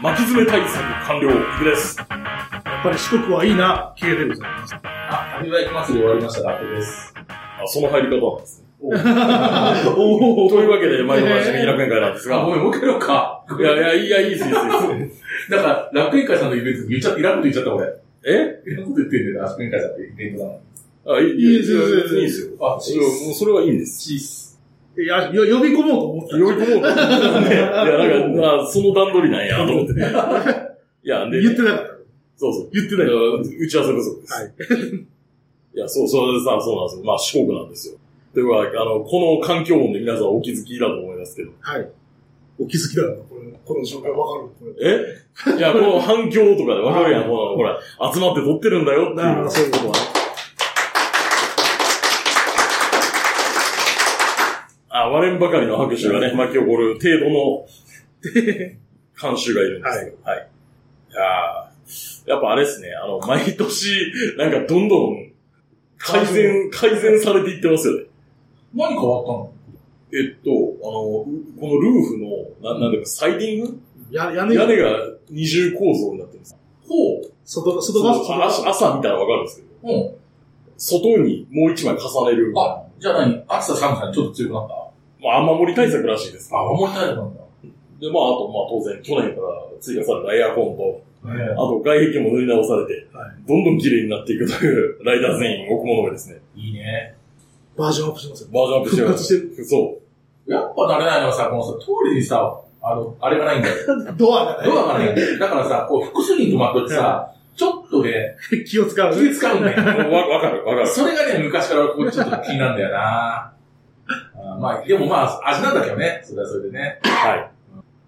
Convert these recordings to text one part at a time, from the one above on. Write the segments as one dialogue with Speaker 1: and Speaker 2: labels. Speaker 1: 巻き爪対策完了。いくです。
Speaker 2: やっぱり四国はいいな、系でございます。
Speaker 3: あ、アニメ祭り終わりました、ラップです。
Speaker 1: あ、その入り方なんですね。
Speaker 2: お
Speaker 1: というわけで、前の話に楽園会なんです
Speaker 3: あ、ご
Speaker 1: が。
Speaker 3: めん、もう一回やろうか。
Speaker 1: いやいや、いや、いいです、いいです。
Speaker 3: だから、楽園会さんのイベント言っちゃって、いらんこと言っちゃった、俺。
Speaker 1: え
Speaker 3: いらんこと言ってんだよ、楽園会さんってイベントなの。
Speaker 1: あ、いいいいです、別にいいですよ。
Speaker 3: あ、
Speaker 1: それはもうそれはいいんです。
Speaker 3: チース。
Speaker 2: いや、よ呼び込もうと思った。
Speaker 1: 呼び込もうと思ったんで、いや、なんか、あその段取りなんや、と思って。いや、で、
Speaker 2: 言ってなかった。
Speaker 1: そうそう。
Speaker 2: 言って
Speaker 1: だ
Speaker 2: ない
Speaker 1: か。ら打ち合わせ不足です。。
Speaker 2: はい
Speaker 1: や、そう、それでさ、そうなんですよ。まあ、四国なんですよ。というわけで、あの、この環境音で皆さんお気づきだと思いますけど。
Speaker 2: はい。お気づきだろうな、これ。この紹介わかるこれ。
Speaker 1: えいや、この反響とかでわかるやん、ほら、ほら、集まって撮ってるんだよって
Speaker 2: な
Speaker 1: い
Speaker 2: るほ
Speaker 1: う
Speaker 2: ど、。そういうことはね。
Speaker 1: あ、割れんばかりの拍手がね、巻き起こる程度の、 監修がいるんですけど。はい。いやーやっぱあれですね、あの、毎年、なんかどんどん、改善、改善されていってますよね。
Speaker 3: 何変わったの
Speaker 1: えっと、あの、うこのルーフの、ななんでか、サイディング
Speaker 2: や、屋根
Speaker 1: 屋
Speaker 2: が、
Speaker 1: 根が二重構造になってるんです。
Speaker 3: ほう。
Speaker 2: 外、外側、
Speaker 1: そう
Speaker 2: 外側。
Speaker 1: 朝朝見たらわかるんですけど、
Speaker 3: うん。
Speaker 1: 外にもう一枚重ねる。ま
Speaker 3: あ、じゃあ何暑さ寒さにちょっと強くなった
Speaker 1: あ、雨漏り対策らしいです。
Speaker 3: あ、守りたいなんだ。
Speaker 1: で、まあ、あと、まあ、当然、去年から追加されたエアコンと、
Speaker 3: え
Speaker 1: あと外壁も塗り直されて、
Speaker 2: は
Speaker 1: どんどん綺麗になっていくという、 ライダー全員奥物がですね、
Speaker 3: えいいね。
Speaker 2: バージョンアップしますよ。
Speaker 1: バージョンアップして
Speaker 2: 復
Speaker 1: ま
Speaker 2: 活
Speaker 1: す。
Speaker 2: してる。
Speaker 1: そ
Speaker 3: やっぱ慣れないのはさ、このさ、通りにさ、あの、あれがないんだよ。
Speaker 2: ドアがね
Speaker 3: ドアがないんだ よ。だからさ、こう、複数人泊まっとってさ、ちょっとね、、
Speaker 2: 気を使う。
Speaker 3: 気使うんだよ。
Speaker 1: う。わ、わかる、わかる。
Speaker 3: それがね、昔からこうちょっと気になるんだよ な。あーまあ、でもまあ、味なんだけどね。それはそれでね。
Speaker 1: は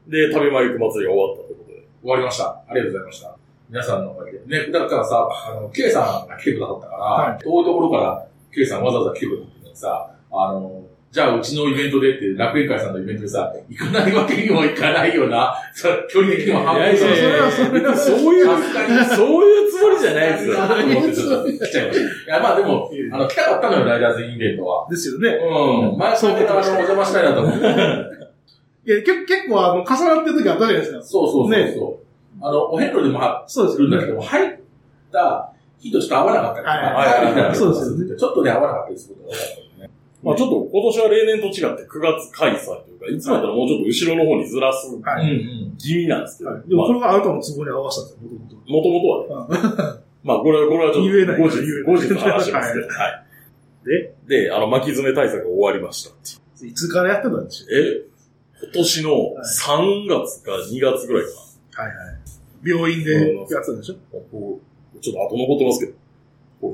Speaker 1: い。で、旅前行く祭りが終わったということで。
Speaker 3: 終わりました。ありがとうございました。皆さんのおかげで。ね、だからさ、あの、K さんが来てくださったから、
Speaker 2: は
Speaker 3: 遠いところから K さんわざわざ来てくださったのにさ、あの、じゃあうちのイベントでって、楽園会さんのイベントでさ、行かないわけにもいかないよな。それ距離的にも半分
Speaker 2: いやいやいや
Speaker 1: それはそれはそういう、
Speaker 3: さすがに。
Speaker 1: そういうつもりじゃないですよ。
Speaker 3: さすがに思ってちょっと来ちゃいました。いや、まあでも、あの、来たかったのよ、ライダーズインイベントは。
Speaker 2: ですよね。
Speaker 3: うん。前そういう話お邪魔したいなと思って。
Speaker 2: いや、結結構、あの、重なってる時あったじゃないですか。
Speaker 3: そうそうそうそう。
Speaker 2: ね
Speaker 3: あの、お遍路でも貼っ
Speaker 2: そうですす
Speaker 3: る
Speaker 2: よ
Speaker 3: んだけ
Speaker 2: ね。
Speaker 3: ども、入った日とちょっと合わなかったりとか、
Speaker 2: はい
Speaker 1: はいはい
Speaker 3: 帰ってきたら
Speaker 2: そうですよね
Speaker 3: ちょっとね、合わなかったりすることが多かったりね。
Speaker 1: まあちょっと今年は例年と違って9月開催というか、いつもやったらもうちょっと後ろの方にずらす
Speaker 2: は
Speaker 3: うん
Speaker 1: 気味なんですけど、
Speaker 2: はい。でも、これがあなたの都合に合わせたんですよ、もとも
Speaker 1: もと
Speaker 2: と。
Speaker 1: もとはね。まあこれは、これはちょっと
Speaker 2: 言えない
Speaker 1: 後日
Speaker 2: 言え、な
Speaker 1: 後
Speaker 2: い
Speaker 1: 日の話 しますけど、はい。で、で、あの、巻き爪対策が終わりました。
Speaker 2: いつからやってたんでしょ
Speaker 1: え、今年の3月か2月ぐらいか
Speaker 2: う。はいはい。病院でやってたんでしょ
Speaker 1: な。こうちょっと後残ってますけど。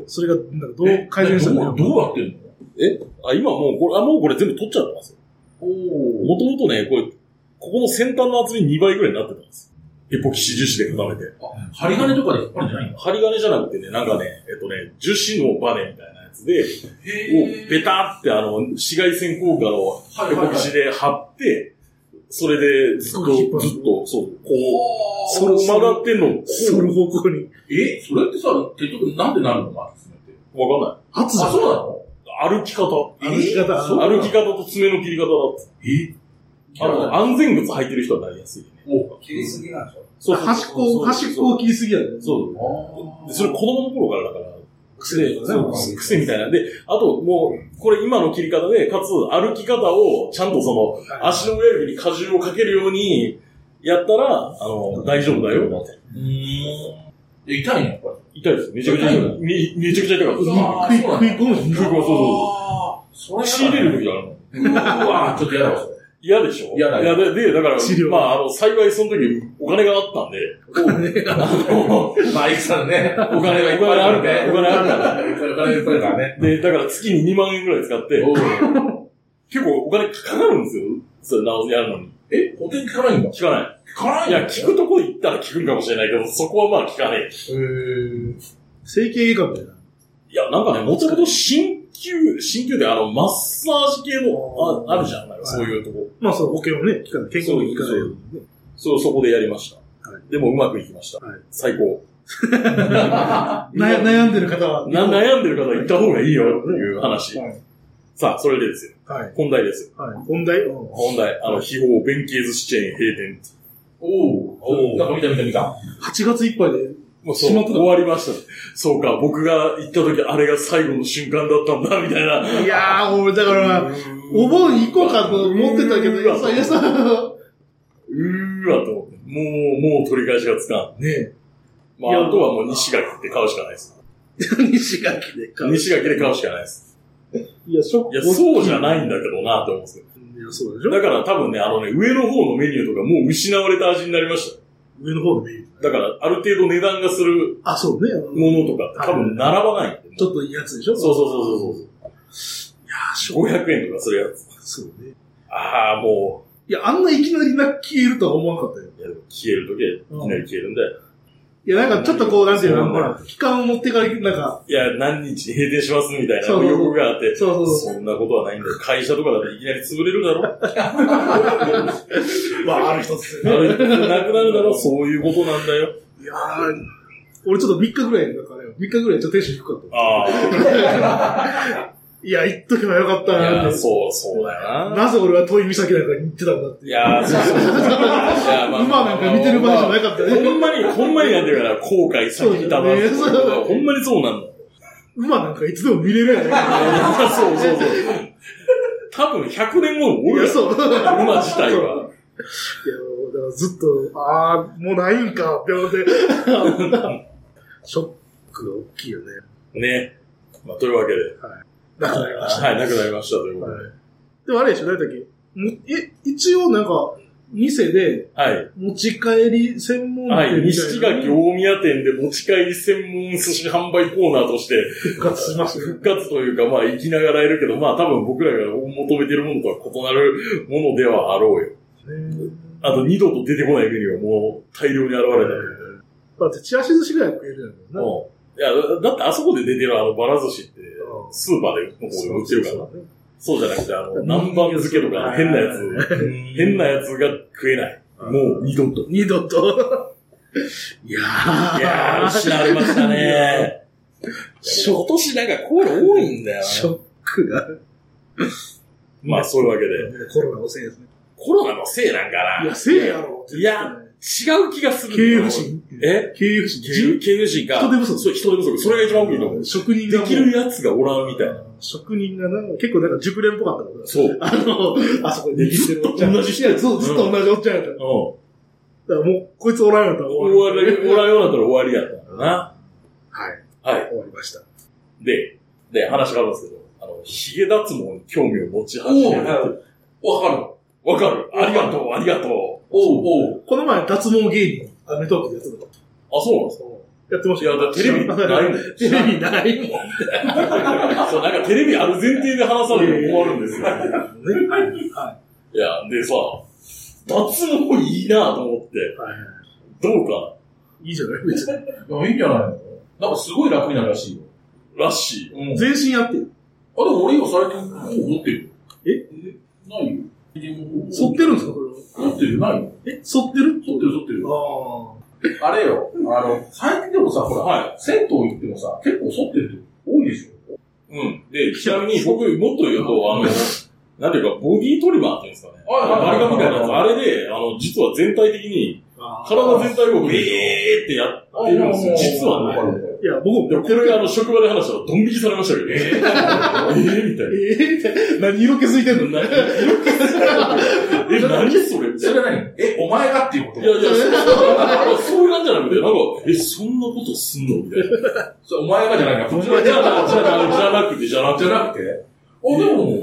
Speaker 2: それが、なんかど
Speaker 3: うん。
Speaker 2: う改善した
Speaker 3: ど
Speaker 2: の
Speaker 3: うどうやってんの
Speaker 1: あ、今もうこれ、あ、もうこれ全部取っちゃってますよ。
Speaker 3: お
Speaker 1: もともとね、これ、ここの先端の厚み2倍ぐらいになってたんですよ。エポキシ樹脂で固めて。
Speaker 3: あ、針金とかで引っ張るんじゃないんだ。
Speaker 1: 針金じゃなくてね、なんかね、えっとね、樹脂のバネみたいなやつで、をベタってあの、紫外線効果の
Speaker 3: は
Speaker 1: エ
Speaker 3: いはい
Speaker 1: ポ
Speaker 3: はい
Speaker 1: キシで貼って、それでずっ
Speaker 2: すごい引っ
Speaker 1: と、
Speaker 2: 張る
Speaker 1: ずっと、そう、こう、
Speaker 3: お
Speaker 1: その曲がってんの、こ
Speaker 2: そうの方向に。
Speaker 3: え、それってさ、結局なんでなるのマックスって。
Speaker 1: わかんない。
Speaker 3: あ、
Speaker 2: 圧
Speaker 3: そうなの
Speaker 1: 歩き方。
Speaker 3: え
Speaker 2: 歩き方
Speaker 3: そうな
Speaker 1: 歩
Speaker 3: の
Speaker 1: き方と爪の切り方だった。
Speaker 3: え
Speaker 1: あの、安全靴履いてる人はなりやすいよね。
Speaker 3: お切りすぎなんでし
Speaker 1: そ
Speaker 3: ょ
Speaker 2: 端っこを、端っこを切りすぎやで。
Speaker 1: そうそう
Speaker 3: あ
Speaker 1: でそれ子供の頃からだから、癖
Speaker 2: で
Speaker 1: で、
Speaker 2: すよね
Speaker 1: そう癖みたいなんで、あともう、これ今の切り方で、かつ歩き方をちゃんとその、足の親指に荷重をかけるようにやったら、あの、大丈夫だよって。
Speaker 3: うーん。え痛いのやっぱり。
Speaker 1: 痛いです。めちゃくちゃ痛い。めめちゃくちゃ痛かった
Speaker 2: 食い
Speaker 1: で
Speaker 3: あーそうなん
Speaker 2: 食
Speaker 3: だ
Speaker 2: い込むし
Speaker 1: す。僕は そ
Speaker 3: あーそう
Speaker 1: そうそう。仕
Speaker 3: れ
Speaker 1: 入れる時あるの。
Speaker 3: うわぁ、ちょっと嫌だわ、それ。
Speaker 1: 嫌でしょ
Speaker 3: 嫌だ
Speaker 1: いやで、で、だから
Speaker 2: 治、療
Speaker 1: まあ、あの、幸いその時お金があったんで、
Speaker 3: まあ、いくさんね、
Speaker 1: お
Speaker 3: お
Speaker 1: 金
Speaker 3: 金
Speaker 1: が
Speaker 3: が
Speaker 1: い
Speaker 3: い
Speaker 1: っ
Speaker 3: っ
Speaker 1: ぱ
Speaker 3: ぱ
Speaker 1: い
Speaker 3: い
Speaker 1: あ
Speaker 3: あ
Speaker 1: る
Speaker 3: る
Speaker 1: か
Speaker 3: からら
Speaker 1: お
Speaker 3: ね。
Speaker 1: 金あるから
Speaker 3: お金がいっぱいあるからね。
Speaker 1: で、だから月に2万円ぐらい使って、
Speaker 3: おう
Speaker 1: 結構お金かかるんですよ。それ直やるのに。
Speaker 3: え、保険聞かないんだ。
Speaker 1: 聞かな
Speaker 3: 聞かない
Speaker 1: い。いや、聞くとこ行ったら聞くんかもしれないけど、そこはまあ聞かねえ。
Speaker 3: へー
Speaker 2: 整形外科みたいな。
Speaker 1: いや、なんかね、もともと鍼灸、鍼灸であの、マッサージ系の、ああるじゃん。なんかそういうとこ。
Speaker 2: まあ、その保険をね、聞かない。健康に聞かないようにね。
Speaker 1: それをそこでやりました
Speaker 2: は。
Speaker 1: でもうまくいきました
Speaker 2: はい。
Speaker 1: 最高。
Speaker 2: 悩悩んでる方は。
Speaker 1: な悩んでる方は行った方がいいよっていう話。
Speaker 2: はい。
Speaker 1: さあ、それでですよ。
Speaker 2: はい。
Speaker 1: 本題ですよ。
Speaker 2: はい。本題、うん
Speaker 1: 本題。あの、秘宝、弁慶寿司チェーン閉店。
Speaker 3: おうおなんか見た見た見た。
Speaker 2: 8月いっぱいで。
Speaker 1: もうそう、
Speaker 2: しまった
Speaker 1: 終わりました。そうか、僕が行った時、あれが最後の瞬間だったんだ、みたいな。
Speaker 2: いやー、俺だから、お盆行こうかと思ってたけど、
Speaker 1: うーわ
Speaker 2: やさやさ、
Speaker 1: うーわと思って、もう、もう取り返しがつかん。ねま
Speaker 2: いや
Speaker 1: あ、あとはもう西垣って買うしかないです。
Speaker 2: 西垣でか。
Speaker 1: 西垣で買うしかないです。
Speaker 2: いや、ショック。
Speaker 1: いや、そうじゃないんだけどなって思うんですよ。
Speaker 2: いや、そうでしょ
Speaker 1: だから多分ね、あのね、上の方のメニューとかもう失われた味になりました。
Speaker 2: 上の方でいい。
Speaker 1: だから、ある程度値段がする
Speaker 2: あ、そうね。
Speaker 1: ものとかって多分並ばない。
Speaker 2: ちょっといいやつでしょ。
Speaker 1: そううそうそうそうそう。500円とかするやつ。
Speaker 2: そうね。
Speaker 1: ああ、も
Speaker 2: いや、あんないきなりな消えるとは思わなかったよ。
Speaker 1: う、いや消えるときはいきなり消えるんで。
Speaker 2: いや、なんかちょっとこう、なんていう
Speaker 1: そ
Speaker 2: の、
Speaker 1: う
Speaker 2: ほ
Speaker 1: なんだよ
Speaker 2: ら、期間を持ってから、なんか、
Speaker 1: いや、何日に閉店しますみたいな
Speaker 2: そうそうそう
Speaker 1: 予告があって、
Speaker 2: そうそうそう。
Speaker 1: そんなことはないんだよ。会社とかだっていきなり潰れるだろ。
Speaker 2: わある一つ。
Speaker 1: あれなくなるだろ。そういうことなんだよ。
Speaker 2: いやー、俺ちょっと3日ぐらい、なんかね、3日ぐらいちょっとテンション低かった。
Speaker 1: あ
Speaker 2: いや、行っとけばよかった
Speaker 1: あ。い
Speaker 2: な
Speaker 1: や、
Speaker 2: って。
Speaker 1: そう、そうだよな。
Speaker 2: なぜ俺は遠い岬なんかに行ってたんだって。
Speaker 1: いやー、そうそうそう。いやまあ
Speaker 2: 馬なんか見てる場合じゃなかったね。
Speaker 1: ほんまに、ほんまになんていうかな、後悔先にたまる
Speaker 2: そうだよね
Speaker 1: ほんまにそうなんだ。
Speaker 2: 馬なんかいつでも見れるやん。い
Speaker 1: そうそうそう。多分100年後の 俺
Speaker 2: や、
Speaker 1: や
Speaker 2: そう。いや、だか
Speaker 1: 馬自体は。
Speaker 2: らずっと、あー、もうないんか、秒で。ショックが大きいよね。
Speaker 1: ね。まあ、というわけで。
Speaker 2: なくなりました。
Speaker 1: はい、なくなりましたということで。
Speaker 2: でもあれでしょ、何だっけもえ、一応なんか、店で
Speaker 1: はい。
Speaker 2: 持ち帰り専門
Speaker 1: はい。
Speaker 2: 店みた
Speaker 1: 西
Speaker 2: いなの
Speaker 1: 垣
Speaker 2: に
Speaker 1: 大宮店で持ち帰り専門寿司販売コーナーとして
Speaker 2: 復活しましたね
Speaker 1: 復。活というか、まあ、生きながらえるけど、まあ、多分僕らが求めてるものとは異なるものではあろうよ。あと、二度と出てこないメニューがもう大量に現れたという。
Speaker 2: だって、チラシ寿司ぐらい食えるやんな。
Speaker 1: もういや、だってあそこで出てるあのバラ寿司って、スーパーでの方が売ってるから。
Speaker 2: ね。
Speaker 1: そうじゃなくて、あの、南蛮漬けとか変なやつ、変なやつが食えない。もう二度と。
Speaker 2: 二度と。いやー。
Speaker 1: いやー、失われましたね。
Speaker 2: ショ
Speaker 1: 年なんかこういうの多いんだ
Speaker 2: ショックが。
Speaker 1: まあそういうわけで、
Speaker 2: コロナのせいですね。
Speaker 1: コロナのせいなんか
Speaker 2: い
Speaker 1: な
Speaker 2: や、。せいやろ。
Speaker 1: いや、違う気がする。
Speaker 2: 経営不。振。
Speaker 1: え
Speaker 2: 経営不振。
Speaker 1: 経営経営不振か。
Speaker 2: 人手不足
Speaker 1: そう、人手不足。それが一番大きいと思う。
Speaker 2: 職人が
Speaker 1: で
Speaker 2: もう。
Speaker 1: きるやつがおらんみたいな。
Speaker 2: 職人がな、結構なんか熟練っぽかったから。
Speaker 1: そう。
Speaker 2: あ の、あそこに握ってるおっちゃん。
Speaker 1: ずっと同じ人
Speaker 2: いやずっとずっと同じおっちゃんやった。
Speaker 1: うん。
Speaker 2: だからもう、こいつおらんやったら
Speaker 1: おらん
Speaker 2: り
Speaker 1: おらんようになったら終わりやったんだな。
Speaker 2: はい。
Speaker 1: はい。
Speaker 2: 終わりました。
Speaker 1: で、で、話変わるんですけど、あの、ヒゲ脱毛に興味を持ち始めた。
Speaker 3: おうわかる。
Speaker 1: わかるありがとう、ありがとう。
Speaker 3: おうおう。
Speaker 2: この前、脱毛芸人、アメトークでやってたの
Speaker 1: あ、そうなんです
Speaker 2: やってまし
Speaker 1: かいや、
Speaker 2: た
Speaker 1: だからテレビないもん。
Speaker 2: テレビないもん。
Speaker 1: そう、なんかテレビある前提で話されても困るんですよ。いや、でさ、脱毛いいなと思って、どうか
Speaker 2: いいじゃない別に。
Speaker 3: いや、いいんじゃないのなんかすごい楽になるらしいよ。
Speaker 1: らしい。
Speaker 3: うん。あ、
Speaker 2: 全身やってる。
Speaker 3: でも俺今最近、もう持ってる
Speaker 2: え
Speaker 3: ないよ。でも
Speaker 2: 反ってるんですかこれは。
Speaker 3: 持ってるないよ。
Speaker 2: え、反ってる
Speaker 3: 剃ってる剃ってる。
Speaker 2: あ
Speaker 3: あれよ、あの、最近でもさ、ほら、
Speaker 1: は
Speaker 3: 銭湯行ってもさ、結構剃ってる人多いでしょ
Speaker 1: うん。で、ちなみに僕、もっと言うと、あの、なんていうか、ボディトリマーっていうんですかね。
Speaker 3: はいはい
Speaker 1: バ
Speaker 3: はい
Speaker 1: リカンみたいなやつ。あれで、あの、実は全体的に、
Speaker 2: あ
Speaker 1: 体全体をビーってやってるんですよ。実はね。
Speaker 3: ね。
Speaker 2: いや、僕
Speaker 1: いや
Speaker 2: も
Speaker 1: これがあの、職場で話したら、ドン引きされましたけどね。えーみたいな。
Speaker 2: えー、何色気づいてんの
Speaker 1: 何え、何それみたいな。
Speaker 3: それは何え、お前がっていうこと
Speaker 1: いやいや、そうそういう感じじゃなくて、なんか、え、そんなことすんのみたいな。
Speaker 3: それお前がじゃないな、こっち
Speaker 1: じゃ
Speaker 3: がじゃな
Speaker 1: なじゃなじゃなくて、じゃなくて。
Speaker 3: じゃなくて。あ、でも、あれでも、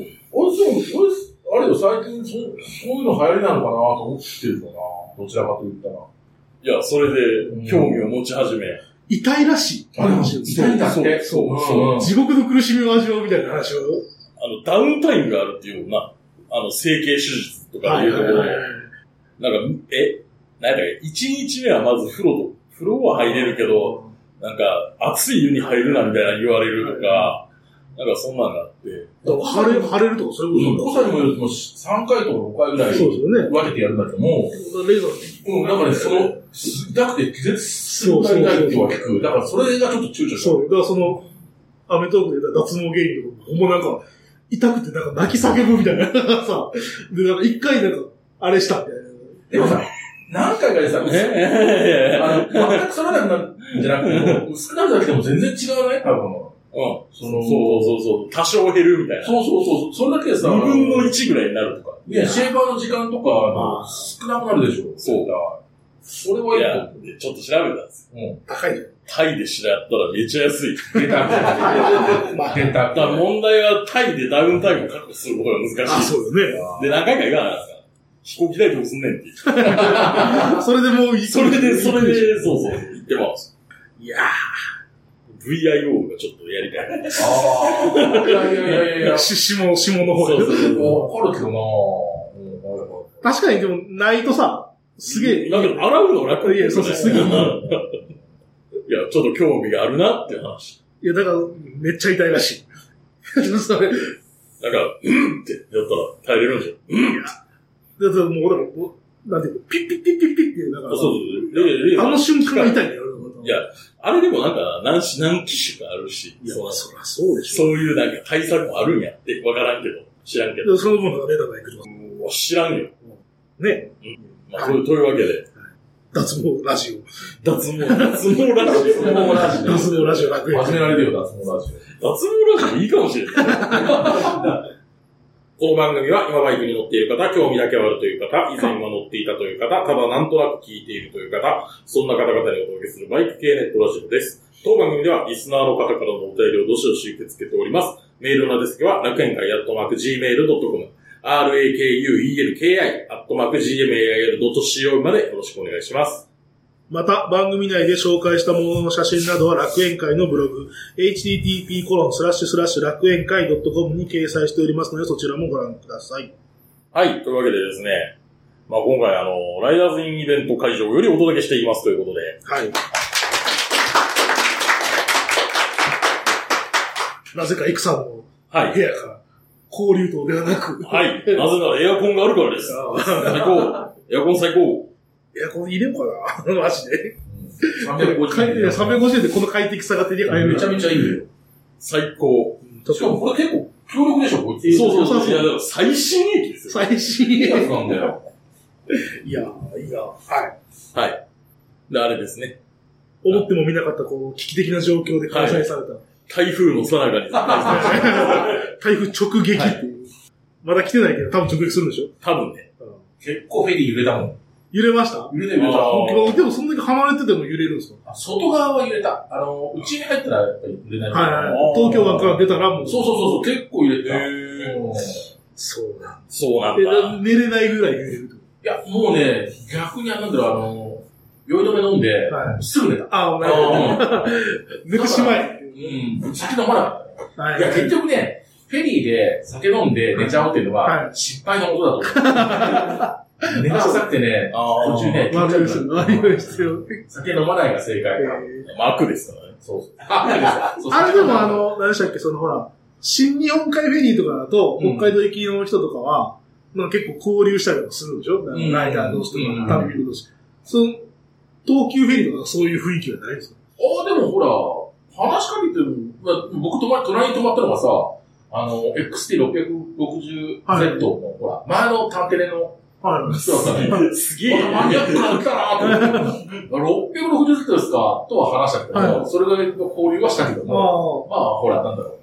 Speaker 3: あれよ、最近そ、そういうの流行りなのかなと思ってるかな。どちらかと言ったら。
Speaker 1: いや、それで、興味を持ち始め。
Speaker 2: 痛いらしい。
Speaker 3: あでも
Speaker 2: 地
Speaker 3: 痛いんだって
Speaker 1: そう、そう、
Speaker 3: うんうん
Speaker 2: 獄の苦しみを味わうみたいな話を。
Speaker 1: あの、ダウンタイムがあるっていうもんな。あの、整形手術とかでいうところ、なんか、え、なんだっけ、一日目はまず風呂と、風呂は入れるけど、なんか、熱い湯に入るなみたいな言われるとか、なんかそんなんがあって、
Speaker 2: だから腫れ、腫れるとかそういうこ
Speaker 3: 誤差にもよると、もう3回とか5回ぐ
Speaker 2: とな
Speaker 3: ら
Speaker 2: ん
Speaker 3: い
Speaker 2: だ。そうですよね。
Speaker 3: 分けてやるんだけども、
Speaker 2: レーザー
Speaker 3: うん、なんかね、その、痛くて気絶するぐらい痛いっては聞く。だからそれがちょっと躊躇した。
Speaker 2: そう。だからその、アメトークで言った脱毛芸人とか、ほんまなんか、痛くてなんか泣き叫ぶみたいなさ、で、なんか一回なんか、あれしたみたいな。
Speaker 3: でもさ、何回かでさ、
Speaker 1: ええ
Speaker 3: あの、全くそれなくなるんじゃなくて、もう薄くなるだけでも全然違うね、多分。
Speaker 1: うん。
Speaker 3: そ
Speaker 1: そ
Speaker 3: の
Speaker 1: うそうそう。多少減るみたいな。
Speaker 3: そうそうそう。それだけでさ、
Speaker 1: 2分の1ぐらいになるとか。
Speaker 3: いや、シェーバーの時間とか
Speaker 2: ま、あ
Speaker 3: 少なくなるでしょ。
Speaker 1: そう
Speaker 3: それ
Speaker 1: い
Speaker 3: は
Speaker 1: や、ちょっと調べたんです
Speaker 3: 一
Speaker 2: 高いよ。
Speaker 1: タイで調べたらめっちゃ安い。
Speaker 3: 個。うん。出た。
Speaker 2: まあ、
Speaker 3: 出た。
Speaker 1: だから問題はタイでダウンタイムを確保することが難
Speaker 2: あ、
Speaker 1: しい。
Speaker 2: そうよね。
Speaker 1: で、何回か言わなかったから。飛行機代どうすんねんっていう。
Speaker 2: それでもう、
Speaker 1: それで、それで、そうそう、言ってます。
Speaker 2: いや
Speaker 1: VIO がちょっとやりたい。
Speaker 3: ああ。いやいやいやいやいや
Speaker 2: ー、。し、下、下の方
Speaker 1: そうそうそう
Speaker 3: わかるけどなぁ。
Speaker 2: 確かにでも、ないとさ、すげえ、
Speaker 1: だけど、洗うの楽
Speaker 2: いやそうそうすげえ
Speaker 1: いや、ちょっと興味があるなっていう話。
Speaker 2: いや、だから、めっちゃ痛いらしい。それ、だって
Speaker 1: だから、うんってやったら耐えれるんじゃん。
Speaker 2: もう、だからこう、なんていうの、ピッピッピッピッピッって、だか
Speaker 1: あそ
Speaker 2: ら
Speaker 1: う
Speaker 2: さ、
Speaker 1: そうでで
Speaker 2: あの瞬間が痛いんだよ。
Speaker 1: いや、あれでもなんか、何し、何機種かあるし、
Speaker 2: いや、
Speaker 1: そう
Speaker 2: そりゃそうでし
Speaker 1: そういうなんか対策もあるんやって、わからんけど、知らんけど。
Speaker 2: ょ。でその分が出たらいくとか。
Speaker 1: うわ知らんよ。
Speaker 2: ね。
Speaker 1: まあ、というというわけで、
Speaker 2: 脱毛ラジ
Speaker 1: 脱毛、脱毛ラジ
Speaker 3: 脱毛ラジ
Speaker 2: オ。
Speaker 3: オ。
Speaker 2: 脱毛ラジオ楽園。
Speaker 3: 始められるよ、脱毛ラジ
Speaker 1: 脱毛ラジオいいかもしれない。この番組は今バイクに乗っている方、興味だけはあるという方、以前は乗っていたという方、ただなんとなく聞いているという方、そんな方々にお届けするバイク系ネットラジオです。当番組ではリスナーの方からのお便りをどしどし受け付けております。メールのデスクは楽園会アットマーク Gmail.com、rakuelki アットマーク gmail.co までよろしくお願いします。
Speaker 2: また、番組内で紹介したものの写真などは楽園会のブログ、http コロンスラッシュスラッシュ楽園会 .com に掲載しておりますので、そちらもご覧ください。
Speaker 1: はい、というわけでですね、まあ今回あの、ライダーズインイベント会場よりお届けしていますということで、
Speaker 2: はい。なぜか、イクさんの
Speaker 1: はい。
Speaker 2: 部屋から、交流灯ではなく、
Speaker 1: はい。なぜならエアコンがあるからです。最高。エアコン最高。
Speaker 2: エアコン入れようかな、マ ジで。
Speaker 3: オ。
Speaker 2: いや
Speaker 3: 350
Speaker 2: 350円でこの快適さが手に入る
Speaker 3: めちゃめちゃいいよ。
Speaker 1: 最高。
Speaker 3: しかもこれ結構強力でしょ、こいつ。
Speaker 1: そうそう
Speaker 2: そう
Speaker 1: そ
Speaker 2: そう
Speaker 1: う。いや、だから最新駅ですよ。
Speaker 2: 最新
Speaker 3: いいや
Speaker 2: 鋭
Speaker 3: つなんだよ。
Speaker 2: いや、いいな。はい。
Speaker 1: はい。で、あれですね。
Speaker 2: 思ってもみなかった、こう、危機的な状況で開催された。
Speaker 1: 台風のさな かに。
Speaker 2: 台風直撃っていう。
Speaker 1: は
Speaker 2: まだ来てないけど、多分直撃するんでしょ、
Speaker 1: 多分ね。
Speaker 3: 結構フェリー揺れたもん。
Speaker 2: 揺れました
Speaker 3: 揺れた揺れた。
Speaker 1: あー
Speaker 2: でも、そんだけ離れてても揺れるんですか
Speaker 3: あ外側は揺れた。あの、内に入ったらやっぱり揺れない。
Speaker 2: はい
Speaker 3: い。
Speaker 2: はい。東京湾から出たらもう。
Speaker 3: そうそうそう、そう結構揺れた。
Speaker 1: へ
Speaker 3: うん
Speaker 2: そうなん
Speaker 1: そうな
Speaker 2: え
Speaker 1: んだ。
Speaker 2: な寝れないぐらい揺れる
Speaker 3: いや、もうね、逆にあなんだろう、あの、酔い止め飲んで
Speaker 2: と。、はい。
Speaker 3: すぐ寝た。
Speaker 2: ああ、お前、
Speaker 3: う
Speaker 2: 寝てしまえ。
Speaker 3: ん。うん酒飲まなかっ
Speaker 2: は
Speaker 3: た。いや、結局ね、フェリーで酒飲んで寝ちゃうっていうの
Speaker 2: は
Speaker 3: は、
Speaker 2: い
Speaker 3: 失敗のこと だと思う。寝なさくてね、
Speaker 1: あー
Speaker 3: 途中ね、
Speaker 2: 悪いですよ。悪いですよ。
Speaker 3: 酒飲まないが正
Speaker 2: え
Speaker 3: 解だ。
Speaker 2: ー
Speaker 1: まあ悪ですからね。
Speaker 3: そうそう。あそう
Speaker 2: あれでもあ、の、何でしたっけ、そのほら、新日本海フェリーとかだと、
Speaker 3: うん
Speaker 2: 北海道行きの人とかは、なんか結構交流したりとかするでしょ、
Speaker 3: ん
Speaker 2: ライダー同士と
Speaker 3: うん
Speaker 2: か、旅人同士。その、東急フェリーとかそういう雰囲気はないんですか
Speaker 3: ああ、でもほら、話しかけてる、まあ、僕泊まり、隣に泊まったのがさ、あの、XT660Z の、
Speaker 2: はい
Speaker 3: ほら、前の探偵の
Speaker 2: はい。
Speaker 3: 人だったね。
Speaker 1: す
Speaker 3: い
Speaker 1: げ
Speaker 3: や、マニ
Speaker 1: え。
Speaker 3: アックなの来たなと思って。660ですかとは話したけど、
Speaker 2: は
Speaker 3: それぐらいの交流はしたけど
Speaker 2: あ
Speaker 3: も、
Speaker 2: あ。
Speaker 3: まあ、ほら、なんだろう。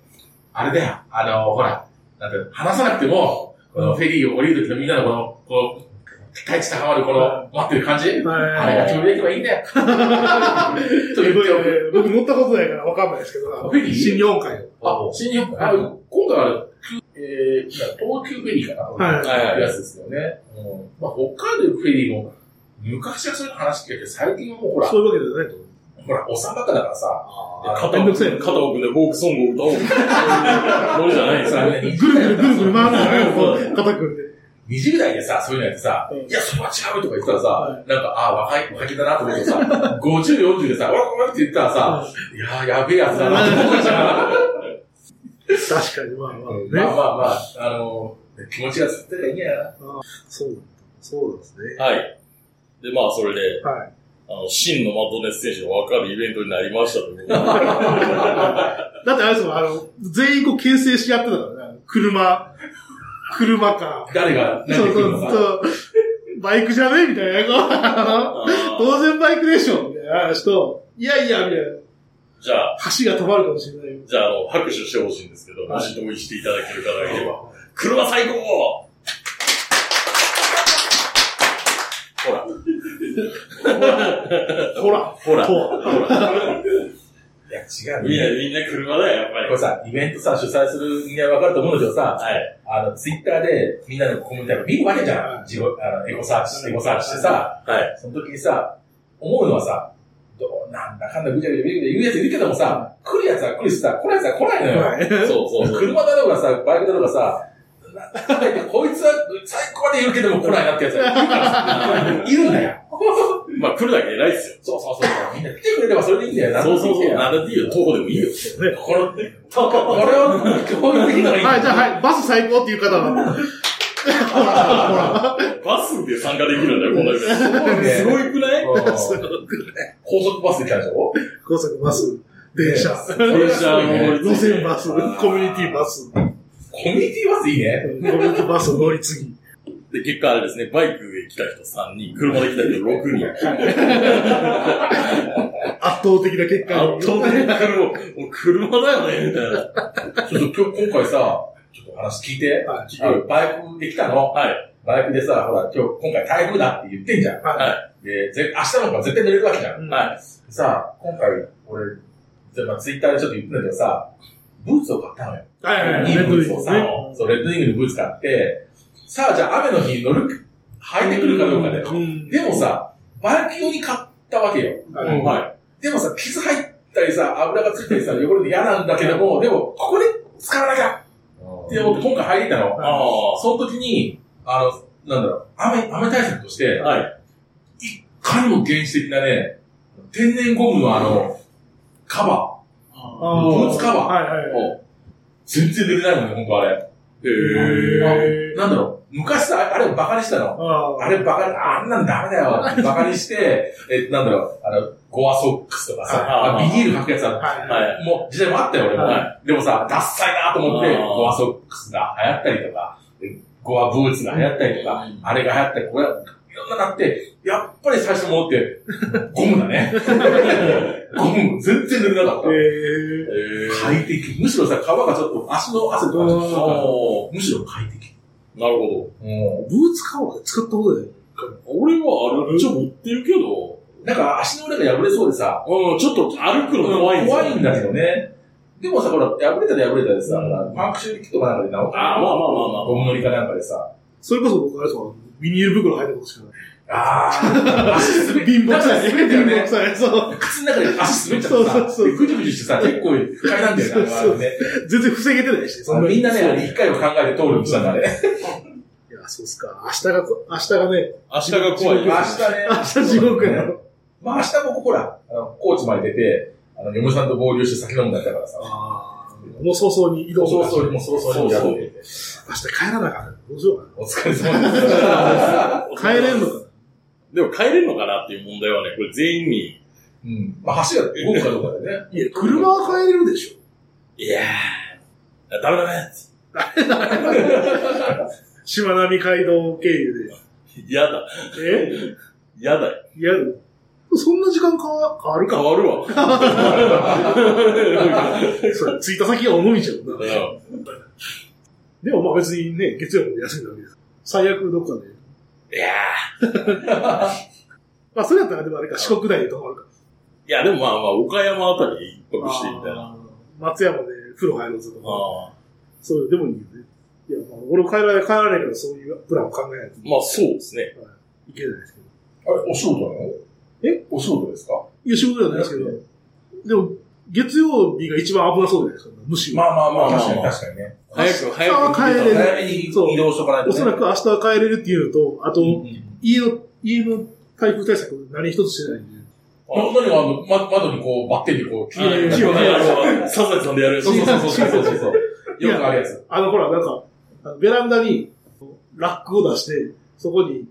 Speaker 3: あれだよ、あの、ほら、なんだろう話さなくても、このフェリーを降りるときのみんなのこの、こう、大地高まるこ
Speaker 2: は
Speaker 3: の、待ってる感じあれ
Speaker 2: は
Speaker 3: が決めていけばいいんだよ。と
Speaker 2: いや
Speaker 3: 言っ
Speaker 2: 僕
Speaker 3: ておく。
Speaker 2: 僕乗ったことないからわかんないですけど、あの
Speaker 3: フェリー
Speaker 2: 新日本海
Speaker 3: あ、新日本、あ、今度は、えー、東急フェリーかな、
Speaker 2: はい
Speaker 1: はいはい
Speaker 3: やつですよね。うんまあ、北海道フェリーも、昔はそういう話聞いてて、最近はもうほら、
Speaker 2: そういうわけじゃないと思う。
Speaker 3: ほら、おさんばかだからさ、
Speaker 1: 片
Speaker 2: めん
Speaker 1: 奥
Speaker 2: どくさい
Speaker 1: で、片奥でフォークソン グを歌おう。それじゃないです
Speaker 3: さ
Speaker 1: か。
Speaker 3: ぐる
Speaker 2: ぐるぐるぐるぐる回るからね、こ
Speaker 1: そう
Speaker 2: う、叩くんで。
Speaker 3: 20代でさ、そういうのやってさ、
Speaker 2: うん
Speaker 3: いや、それは違うとか言ってたらさ、
Speaker 2: は
Speaker 3: なんか、あ若い、若気だなと思ってさ、50、40でさ、わらわらわらって言ったらさ、いやー、やべえやつだなって思ってさ、
Speaker 2: 確かに、まあま
Speaker 3: うん
Speaker 2: あ
Speaker 3: まあ
Speaker 2: ね。
Speaker 3: まあまあ、あの、気持ちがつってりゃいいんやな。
Speaker 2: そうなんだそうなんですね。
Speaker 1: はい。で、まあ、それで、
Speaker 2: はい。
Speaker 1: あの、真のマトネス選手がわかるイベントになりましたということで。
Speaker 2: だってあれですもん、あの、全員こう、牽制し合ってたからね。車、車か。
Speaker 3: 誰が、
Speaker 2: そう
Speaker 3: 何
Speaker 2: そ
Speaker 3: 来る
Speaker 2: う
Speaker 3: のか。
Speaker 2: そう。バイクじゃねみたいな。
Speaker 1: あー
Speaker 2: 当然バイクでしょみたいな話と、いやいや、みたいな。
Speaker 1: じゃあ、
Speaker 2: 橋が止まるかもしれないよ。
Speaker 1: じゃあ、あの、拍手してほしいんですけど、もし同意していただける方がいれば。車最高ほら。
Speaker 2: ほら、
Speaker 1: ほら。
Speaker 2: ほ
Speaker 3: いや、違う、
Speaker 1: みんな、みんな車だよ、やっぱ
Speaker 3: こ
Speaker 1: り。
Speaker 3: れさ、イベントさ、主催する人間はわかると思うんだけどさ、
Speaker 1: はい。
Speaker 3: あの、ツイッターでみんなのコメントやっぱ見るわけじゃん。自己あのエゴサーチして、エゴサーチしてさ、
Speaker 1: はい。
Speaker 3: その時にさ、思うのはさ、どうなんだかんだぐちゃぐちゃぐちゃぐちゃ言うやついるけどもさ、来るやつは来るしさ、来ないやつは来ないのよ。
Speaker 1: そうそうそう。
Speaker 3: 車だろうがさ、バイクだろうがさ、なんだかんだ言ってこいつは最高まで言うけども来ないなってやつがいるからさ、いるんだよ。
Speaker 1: まあ、来るだけ偉いっすよ。
Speaker 3: そうそうそう。みんな来てくれればそれでいいんだよな。
Speaker 1: そうそうそう。なんだっていいよ、徒歩でもいいよ。
Speaker 3: この、これを、こういうのがいい。
Speaker 2: はい、じゃあ、はい、バス最高っていう方は。
Speaker 1: バスで参加できるんだよ、このイベント。
Speaker 3: いね
Speaker 1: すごいくない
Speaker 2: す
Speaker 3: うん
Speaker 2: ごく
Speaker 3: 高速バスで来たでしょ
Speaker 2: 高速バス、電車、
Speaker 1: 電車
Speaker 3: ね
Speaker 1: の
Speaker 2: 路線バス、
Speaker 1: あ
Speaker 2: コ
Speaker 1: ー
Speaker 2: ミュニティバス、コ
Speaker 3: コミュニティバスいいね。
Speaker 2: ミュニティバスを乗り継ぎ。
Speaker 1: で、結果あれですね、バイクで来た人3人、車で来た人6人。
Speaker 2: 圧倒的な結果
Speaker 1: 圧倒的に車、もう車だよね、みたいな。
Speaker 3: ちょっと今日、今回さ、ちょっと話聞いて。
Speaker 2: はい
Speaker 3: あのバイクで来たの。
Speaker 1: はい。
Speaker 3: バイクでさ、ほら、今日、今回台風だって言ってんじゃん。
Speaker 2: は
Speaker 3: で、ぜ明日の方が絶対乗れるわけじゃん。
Speaker 2: い。
Speaker 1: はい。
Speaker 3: さあ、今回、俺、じゃあまあツイッターでちょっと言ってんだけどさ、ブーツを買ったのよ。
Speaker 2: はいはいはい
Speaker 3: いい
Speaker 2: レッド
Speaker 3: ブ
Speaker 2: ウ
Speaker 3: ー
Speaker 2: ィ
Speaker 3: ツ
Speaker 2: ン
Speaker 3: を
Speaker 2: グ
Speaker 3: さ、
Speaker 2: ね。
Speaker 3: そう、レッドウィングのブーツ買って、さあ、じゃあ雨の日に乗る、履いてくるかどうかだよ。
Speaker 2: うん
Speaker 3: でもさ、バイク用に買ったわけよ。
Speaker 2: はい
Speaker 1: うんはい。
Speaker 3: でもさ、傷入ったりさ、油がついたりさ、汚れて嫌なんだけども、でも、ここで使わなきゃって思って今回入れたの。
Speaker 1: ああ。
Speaker 3: その時に、あの、なんだろう、雨、雨対策として、
Speaker 1: はい。
Speaker 3: 一回も原始的なね、天然ゴムのあの、カバ
Speaker 2: あー
Speaker 3: ブーツカバー
Speaker 2: はいはい
Speaker 3: ー
Speaker 2: はい。
Speaker 3: を、全然出てないもんね、ほんとあれ。
Speaker 1: へえ。
Speaker 3: なんだろう、昔さ、あれをバカにしたの。
Speaker 2: あー
Speaker 3: あれバカ、あんなんダメだよ。バカにして、え、なんだろう、あの、ゴアソックスとかさ、
Speaker 1: はい
Speaker 3: あビニール履くやつある。
Speaker 2: はい
Speaker 1: はい。
Speaker 3: もう時代もあったよ、俺も。
Speaker 1: は
Speaker 3: でもさ、ダッサいなと思って、
Speaker 1: あー
Speaker 3: ゴアソックスが流行ったりとか、ゴアブーツが流行ったりとか、
Speaker 1: うん
Speaker 3: あれが流行ったり、これ、いろんななって、やっぱり最初のものって、ゴム だね。ゴム、全然塗れなかっ
Speaker 2: え
Speaker 1: へ
Speaker 2: ー
Speaker 3: た。
Speaker 1: ー
Speaker 3: 快適。むしろさ、皮がちょっと足の汗とかちょっとそうか
Speaker 1: お
Speaker 3: むしろ快適。
Speaker 1: ーなるほ
Speaker 3: うん
Speaker 2: ブーツカバーで使ったことで。
Speaker 1: ど。俺は歩いちゃ持ってるけど、
Speaker 3: なんか足の裏が破れそうでさ、
Speaker 1: うん、ちょっと歩くの怖いんですよ。
Speaker 3: 怖いんだけどね。でもさ、ほら、破れたら破れたでさ、パンク修理キットかなんかで直って
Speaker 1: あーまあまあまあまあ
Speaker 3: ゴム乗りかなんかでさ、
Speaker 2: それこそ僕あれですもんビニール袋入ったことし かない。
Speaker 3: ああ、足 滑
Speaker 2: 貧乏くさい。
Speaker 3: 足
Speaker 2: 貧
Speaker 3: 滑ったよ
Speaker 2: 乏く
Speaker 3: ね。
Speaker 2: さい。そう。
Speaker 3: 靴の中で足滑っちゃってさ、
Speaker 2: そうそうそう
Speaker 3: でぐじゅぐじゅしてさ、結構不快なんだよねあれはね。
Speaker 2: 全然防げてないし。
Speaker 3: あのみんなね、あれ一回は考えて通る道なんだね。
Speaker 2: いや、そうっすか。明日がこ、明日がね、
Speaker 1: 明日が怖い。
Speaker 3: まあ明日ね。
Speaker 2: 明日地獄やろ。
Speaker 3: まあ明日僕ほら、あの、高知まで出て、あの、嫁さんと合流して酒飲むんだったからさ。
Speaker 2: もう早々に移動
Speaker 3: そうそう、もうそうそうにやる
Speaker 2: 明日帰らなあかんねどうしようか
Speaker 3: お疲れ様 です。
Speaker 2: な。帰れんのか
Speaker 1: でも帰れるのかなっていう問題はね、これ全員に。
Speaker 3: うん。まあ橋が動くかどうかだよね。
Speaker 2: ないや、車は帰れるでしょ。
Speaker 1: いやー、ダメダメっつ
Speaker 2: しまなみ海道経由
Speaker 1: って嫌だ。
Speaker 2: で。え
Speaker 1: 嫌だよ。
Speaker 2: いや、そんな時間か変わ
Speaker 1: 変
Speaker 2: る か。
Speaker 1: わるわ。
Speaker 2: それ着いた先が重いじゃん。
Speaker 1: うん
Speaker 2: でもまあ別にね、月曜日で休んだわけです。最悪どっかで。
Speaker 1: いや
Speaker 2: まあそれやったらでもあれか、四国内で泊まるか。
Speaker 1: ー。いや、でもまあまあ、岡山あたり一泊してみたいな。
Speaker 2: あー松山で風呂入ろうぜとか。
Speaker 1: あ
Speaker 2: そういうのでもいいよね。いや、まあ、俺も帰らない、帰らないからそういうプランを考えないと
Speaker 1: ーまあ、そうですね。
Speaker 2: いけないですけど。
Speaker 3: あれ、お仕事なのえお仕事ですか
Speaker 2: いや、仕事じゃないですけど。でも、月曜日が一番危なそうじゃないですか。むしろ。
Speaker 3: まあまあまあ、
Speaker 1: まあ
Speaker 3: 確かに
Speaker 1: まあ
Speaker 3: 確かにね。
Speaker 1: 早く、早く。
Speaker 2: 帰れる
Speaker 3: 早めに移
Speaker 2: そう
Speaker 3: 動しとかないと
Speaker 2: お
Speaker 3: ね。
Speaker 2: そらく明日は帰れるっていうのと、あと、
Speaker 3: うん
Speaker 2: 家の、家の台風対策何一つしてないんで。
Speaker 3: な何があの、ま、窓にこう、バッテリーこう、
Speaker 1: あの
Speaker 2: 木をね
Speaker 1: サザエさんでやるやつ。
Speaker 3: そうそうそうそうそうそうそう。
Speaker 2: いや
Speaker 3: よくあるやつ。
Speaker 2: あの、ほら、なんか、あのベランダに、ラックを出して、そこに、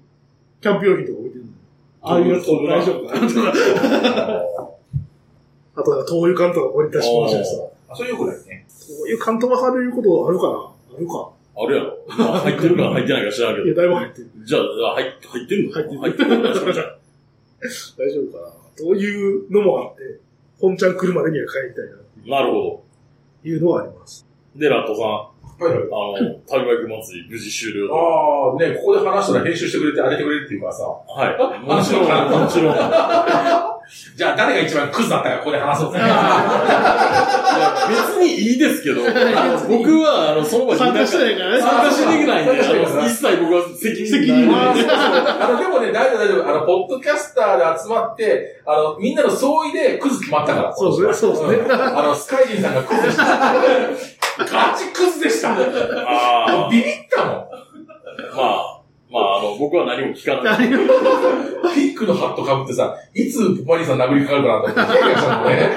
Speaker 2: キャンプ用品とか置いてるの。ああいうやつ大丈夫かなとか。あと、なんか灯油缶とか置いたりしてましたしさ。
Speaker 3: あそれよくないね。
Speaker 2: 灯油缶飛ばされることあるかなあるか。
Speaker 3: あ
Speaker 1: あるやろ。まあ、入ってるか入ってないか知らんけ
Speaker 2: いや、
Speaker 1: ど。
Speaker 2: だいぶ入ってる。
Speaker 1: じゃあ、入っ入ってんの
Speaker 2: 入
Speaker 1: 入
Speaker 2: っ
Speaker 1: ってて
Speaker 2: る
Speaker 1: んのそれじゃあ
Speaker 2: 大丈夫かな。というのもあって、本ちゃん来るまでには帰りたいな、
Speaker 1: なるほ
Speaker 2: というのはあります。
Speaker 1: ど。で、ラットさん、あ
Speaker 3: はいはい。
Speaker 1: の、旅バイク祭り無事終了と。
Speaker 3: ああ、ね、ここで話したら編集してくれてあげてくれるっていうからさ。
Speaker 1: はい。もちろん、もちろん。
Speaker 3: じゃあ誰が一番クズだったかここで話そうぜ。
Speaker 1: いや別にいいです けど、あの僕は、あの、その場にいなかった
Speaker 2: 参加してないからね。
Speaker 1: 参加してできないんで、
Speaker 3: 参加し
Speaker 1: あ
Speaker 3: てない
Speaker 1: の一切僕は責任
Speaker 2: 責任
Speaker 1: ない
Speaker 2: は
Speaker 1: んで。
Speaker 3: あの、でもね、大丈夫大丈夫。あの、ポッドキャスターで集まって、あの、みんなの相違でクズ決まったから。
Speaker 2: そうですねそうですね
Speaker 3: んあの、スカイジンさんがクズでした。ガチクズでした。
Speaker 1: ああ、
Speaker 3: ビビったも
Speaker 1: まあ、まあ、あの、僕は何も聞かない。
Speaker 2: 何も
Speaker 3: ん。ピンクのハット被ってさ、いつポパニーさん殴りかかるかなと思って、ヒヤヒヤしたもん ね。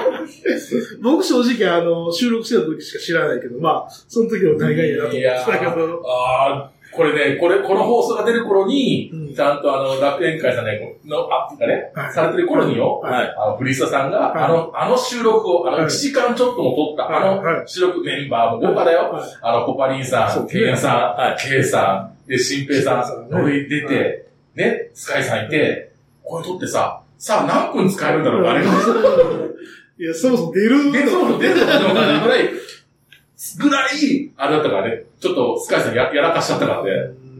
Speaker 2: 僕正直あの、収録してた時しか知らないけど、まあ、その時の大概やなと思って
Speaker 3: いや
Speaker 2: たけ
Speaker 3: ー
Speaker 2: ど、
Speaker 3: あー、これね、これ、この放送が出る頃に、
Speaker 2: うん
Speaker 3: ちゃんとあの、楽園会さんね、のアップがね、
Speaker 2: はい
Speaker 3: されてる頃によ、
Speaker 1: はい。
Speaker 3: あの、フリースタさんが、
Speaker 2: はい
Speaker 3: あの、あの収録を、あ
Speaker 2: は
Speaker 3: の、
Speaker 2: い
Speaker 3: 1時間ちょっとも撮った、
Speaker 2: はい
Speaker 3: あ
Speaker 2: は
Speaker 3: の、収録メンバーも豪華だよ。
Speaker 2: はい
Speaker 3: あの、ポパリンさ、
Speaker 2: そうん
Speaker 3: ケンヤさん、ケイさん、で、シンペイさ
Speaker 2: シンペイ
Speaker 3: ん、
Speaker 2: さんね
Speaker 3: ノリ出て、ね、スカイさんいて、これ撮ってさ、さあ何分使えるんだろう、あれが。
Speaker 2: いや、そもそも出る。
Speaker 3: 出そう出そうとかないぐらい、ぐらい、あれだったからね、ちょっとスカイさんややらかしちゃったからね。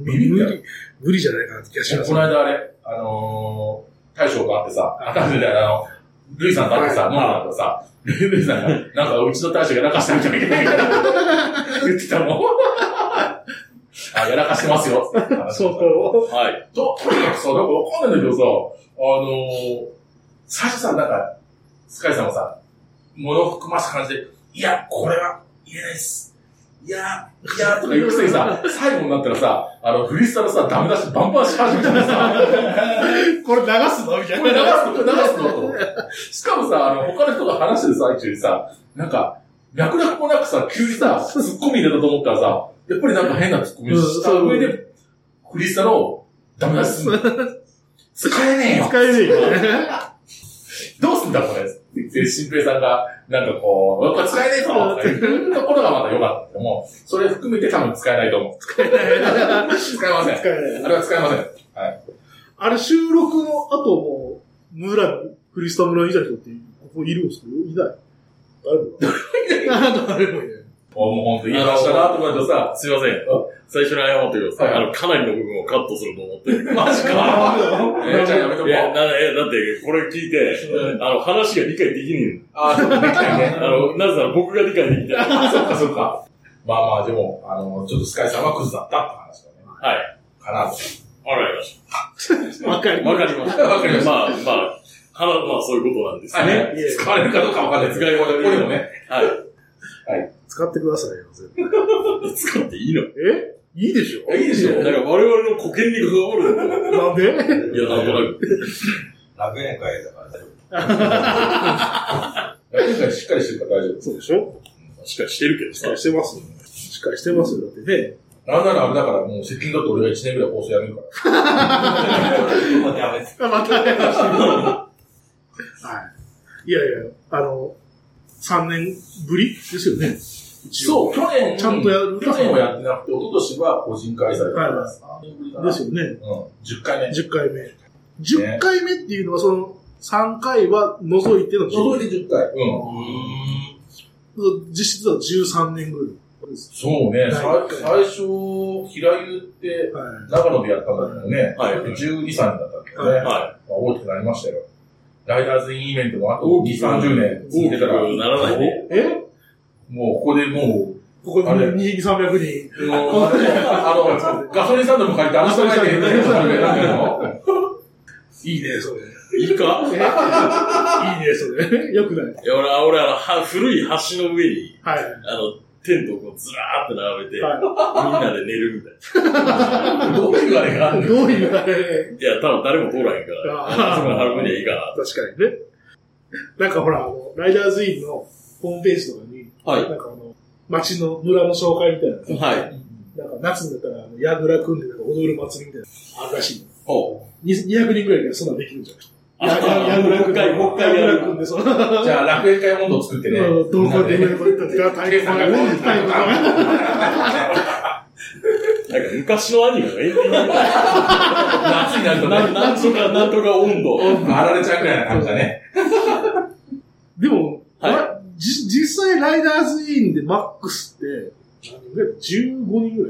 Speaker 2: 無理無理じゃないかなって気がします
Speaker 3: こ。の間あれ、あのー、大将があってさ、あ、大将じゃない、あの、ルイさんと会ってさ、飲んだんだけどさ、ルイルイさんが、なんかうちの大将やらかしたみたいな言ってたもん。あ、やらかしてますよ。
Speaker 2: そうそう。
Speaker 1: はい。
Speaker 3: と、とにかくさ、なんかわかんないんだけどさ、あのー、最初さ、なんか、スカイさんもさ、物を含ます感じで、いや、これは言えないっす。いや、いや、とか言うくせにさ、最後になったらさ、あの、フリースタのさ、ダメ出しバンバンし始めたらさ、
Speaker 2: これ流すのみたい
Speaker 3: これ流
Speaker 2: な。
Speaker 3: すのこれ流すのと思って。しかもさ、あの、他の人が話してる最中にさ、なんか、脈絡もなくさ、急にさ、ツッコミ入れたと思ったらさ、やっぱりなんか変なツッコミした上で、フリースタのダメ出しすんの。使えねえよ
Speaker 2: 使えねえよね。
Speaker 3: どうすんだこれで、新平さんが、なんかこう、これ使えねえぞとか言うところがまだ良かったけども、それ含めて多分使えないと思う。使えません。
Speaker 2: 使えない。
Speaker 3: あれは使えません。
Speaker 2: あれ収録の後も、村に、クリスタ村にいた人って、ここいるんですけど、いない。 誰もいない。誰もいない。
Speaker 3: もうもう本当、いい話したなと思うとさ、
Speaker 1: すいません
Speaker 3: あ。
Speaker 1: 最初に謝ってください。
Speaker 3: は
Speaker 1: あ
Speaker 3: い
Speaker 1: の、かなりの部分をカットすると思って。
Speaker 3: マジか。えーじゃあやめとこ。
Speaker 1: いうや、な、え、だって、これ聞いて、
Speaker 3: う
Speaker 1: あの、話が理解できね
Speaker 3: ああ、そうか、できないね
Speaker 1: え。の。あの、なぜなら僕が理解できない。
Speaker 3: あ、そうか、そうか。まあまあ、でも、あの、ちょっとスカイさんはクズだったって話だね。
Speaker 1: はい。
Speaker 3: かなと。
Speaker 1: わかりまし
Speaker 2: わかり
Speaker 1: た。わかりました。
Speaker 3: わかりました
Speaker 1: まあ、まあ、はな、まあ、そういうことなんですね。はい。
Speaker 3: ね使われるかどうかわかんない。
Speaker 1: 使い方
Speaker 3: これもね。
Speaker 2: 使ってくださいよ、全部。
Speaker 1: 使っていいの
Speaker 2: えいいでしょ
Speaker 3: いいでしょ
Speaker 1: だから我々の保険に関わるんだよ
Speaker 2: なんで
Speaker 1: いや、なんとなく。
Speaker 4: 楽園会だから大丈
Speaker 3: 今回しっかりしてるから大丈
Speaker 2: そうでしょ
Speaker 1: しっかりしてるけど
Speaker 2: しっ
Speaker 1: さ
Speaker 2: かり。してますよしっかりしてますよ。だってね。
Speaker 3: 夫。なんならあれだから、もう責任だって俺が1年ぐらい放送やめるから。
Speaker 4: 夫。もうダメです。
Speaker 2: あ またね。はい。いやいや、あの、3年ぶりですよね。う。
Speaker 3: そう、去年、
Speaker 2: ちゃんとやる
Speaker 3: 去年はやってなくて、一昨年は個人開催だったから
Speaker 2: はい
Speaker 3: 三年ぶりかな
Speaker 2: ですよね。
Speaker 3: うん。10回目。
Speaker 2: 10回目。10回目っていうのは、その、3回は除いての10
Speaker 3: 届いて10回。う。
Speaker 1: うんん。
Speaker 2: 実質は13年ぐらいです。
Speaker 3: そうね。さ
Speaker 2: はい
Speaker 3: 最初、平湯って、
Speaker 2: は
Speaker 3: 長野でやったんだけどね。
Speaker 1: はい
Speaker 3: 12、3だったけど
Speaker 2: は
Speaker 3: ね。
Speaker 1: は
Speaker 3: まあ、大きくなりましたよ。ライダーズインイベントもあと大きい30年
Speaker 1: い。
Speaker 3: 続い
Speaker 1: 大
Speaker 3: て
Speaker 1: き
Speaker 3: た
Speaker 1: く
Speaker 3: ら、も
Speaker 1: ならないで。
Speaker 2: い。え
Speaker 3: うここでもう、
Speaker 2: ここに
Speaker 3: あれ
Speaker 2: 2匹300人。
Speaker 3: もうあの、ガソリンスタンドも借りて、あの人がいて、
Speaker 2: いいね、それ。いいね、
Speaker 1: いいか
Speaker 2: それ。 よくない。
Speaker 1: いや、俺は、俺は、は古い橋の上に、
Speaker 2: はい。
Speaker 1: あの、テントをこうずらーって並べて、
Speaker 2: は
Speaker 1: みんなで寝るみたい
Speaker 3: どういうあれがある
Speaker 2: い。どういうあれ
Speaker 1: な。いや、多分誰も通らへんから、
Speaker 2: あ
Speaker 1: そ
Speaker 2: ー
Speaker 1: このハルムにはいいか
Speaker 2: 確かにね。なんかほら、あのライダーズインのホームページとかに、
Speaker 1: な。は
Speaker 2: なんかあの、町の村の紹介みたいなのが。
Speaker 1: はい。
Speaker 2: なんか夏になったら、あの、矢倉組んでなんか踊る祭りみたいなのあるらしいの。
Speaker 1: ほう。
Speaker 2: に200人ぐらいでそんなんできるんじゃ
Speaker 1: あ、
Speaker 2: ない
Speaker 1: もう一回、もう一回や
Speaker 2: 矢
Speaker 1: る
Speaker 2: 倉。組んで、その、ど
Speaker 3: じゃあ、楽園会温度を作ってね。
Speaker 2: こで上こうやって、大
Speaker 3: 計
Speaker 2: 変
Speaker 3: 算
Speaker 2: だ
Speaker 3: が
Speaker 2: ね。大変だね。
Speaker 1: なんか昔のアニメのエンデ ィングみたい
Speaker 3: 夏になると
Speaker 1: な
Speaker 3: ね、
Speaker 1: なんとかなんとか温度。
Speaker 3: あられちゃうくらいな感じだね。
Speaker 2: でも、
Speaker 1: はい
Speaker 2: あじ実際ライダーズインでマックスって、何人ぐらい ?15 人ぐ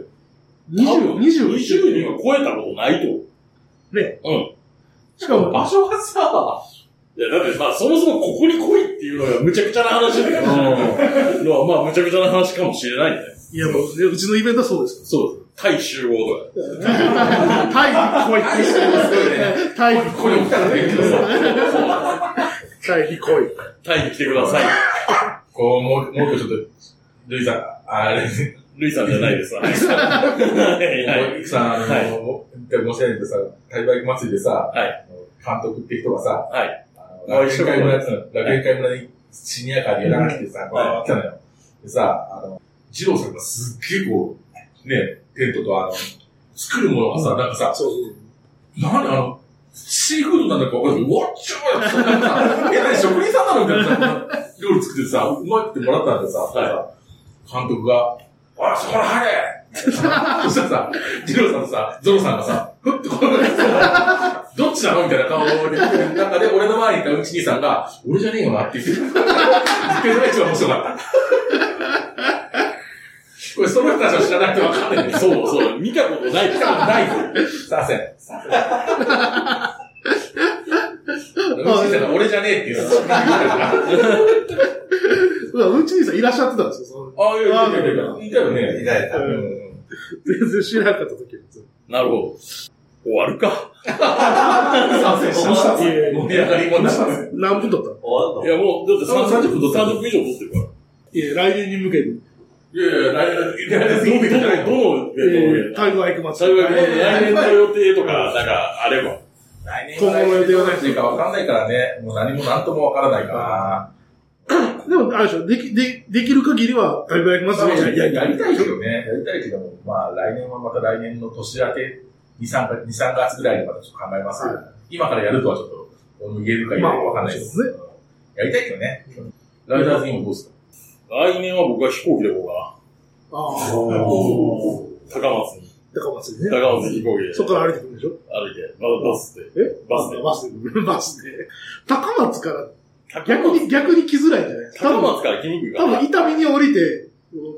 Speaker 2: らい
Speaker 1: 多
Speaker 2: ?20、
Speaker 1: 分
Speaker 2: 20
Speaker 1: 20人は超えたことないと思う。
Speaker 2: ね。
Speaker 1: うん。
Speaker 2: しかも、
Speaker 3: 場所はさ、
Speaker 1: いや、だってまあ、そもそもここに来いっていうのがむちゃくちゃな話だけど、のはまあ、むちゃくちゃな話かもしれないね。
Speaker 2: いやもう、ねうちのイベントはそうですよ。
Speaker 1: そう。対集合とか。
Speaker 2: タイ来い。
Speaker 3: 大してもすごいね。
Speaker 2: タイ
Speaker 3: これ起きたらね、けどさ。
Speaker 2: タイ来い。
Speaker 1: 対に来てください。
Speaker 3: こう、もう、もう一個ちょっと、ルイさん、あれ、
Speaker 1: ルイさんじゃない です。はい。はいはい。
Speaker 3: さん、あの、
Speaker 1: はい
Speaker 3: もう一回申し上げてさ、大バイク祭りでさ、
Speaker 1: は
Speaker 3: 監督って人がさ、
Speaker 1: はい
Speaker 3: あの楽園会村やつの、楽園会村にシニアカーでやらなくてさ、
Speaker 1: は
Speaker 3: 来たのよ。でさ、あの、二郎さんがすっげえこう、ね、テントとあの、作るものがさ、なんかさ、
Speaker 2: そう
Speaker 3: なんであの、シーフードなんだかわかんないけど、うわっちゃーやつなんかさ、え、何職人さんなのみたいなさ、料理作ってさ、うまくてもらったんでさ、
Speaker 1: は
Speaker 3: 監督が、おい、そこら入れ そしたらさ、ジローさんとさ、ゾロさんがさ、ふっとこうやってさ、どっちなのみたいな顔で、中で俺の前にいたうち兄さんが、俺じゃねえよなって言ってた。それが一番面白かった。これ、その人たちは知らないとわかんないんだよ。そう
Speaker 1: そうそう。見たことない。
Speaker 3: ないぞ。させ。俺じゃねえっていうの。あ
Speaker 2: そう。うわうちにさ、いらっしゃってたんですよ。その
Speaker 3: あ、いやいやいやいや、いたよね。
Speaker 4: いただいた。
Speaker 3: うん。
Speaker 2: 全然知らなかった時は。
Speaker 1: なるほど。終わるか。
Speaker 3: させしました。盛り上がりもなさせ。
Speaker 2: 何分だったの
Speaker 4: 終わ
Speaker 1: い
Speaker 4: んの
Speaker 1: や、もう、だって30分と30分以上撮ってるから。
Speaker 2: いや、来年に向けて。
Speaker 3: いやいや、来年、いやいや、どう見たらいい
Speaker 1: ど
Speaker 3: の
Speaker 1: の、どの、
Speaker 2: えー、タイムアイク
Speaker 1: 最
Speaker 2: 祭
Speaker 1: 後
Speaker 2: り。
Speaker 1: に来年の予定とか、なんか、あれば。
Speaker 3: 来年
Speaker 2: 今後の予定はない
Speaker 3: 何かわかんないからね。もう何も何ともわからないから。
Speaker 2: でも、あれでしょ、でき、で、できる限りは、タイムアイク祭りはい
Speaker 3: や、やりたいけどね。やりたいけども、まあ来年はまた来年の年明け、2、3か、2、3月ぐらいにまたちょっと考えますけど。今からやるとはちょっと、言えるか言えないかわかんないですけど。やりたいけどね。ライダーズインもどうすか
Speaker 1: 来年は僕は飛行機で行こうか
Speaker 2: ああ、
Speaker 3: お
Speaker 1: な。高松に。
Speaker 2: 高松でね。
Speaker 1: 高松飛行機で
Speaker 2: そこから歩いてくるんでしょ
Speaker 1: 歩いて、まだバスで。
Speaker 2: え
Speaker 1: バスで。
Speaker 2: バスで。バスで。高松から、
Speaker 1: 高
Speaker 2: 逆
Speaker 1: 松
Speaker 2: に、逆に来づらいんじゃない
Speaker 1: 高松から来にくいか
Speaker 2: 多分、
Speaker 1: ら。
Speaker 2: 痛みに降りて、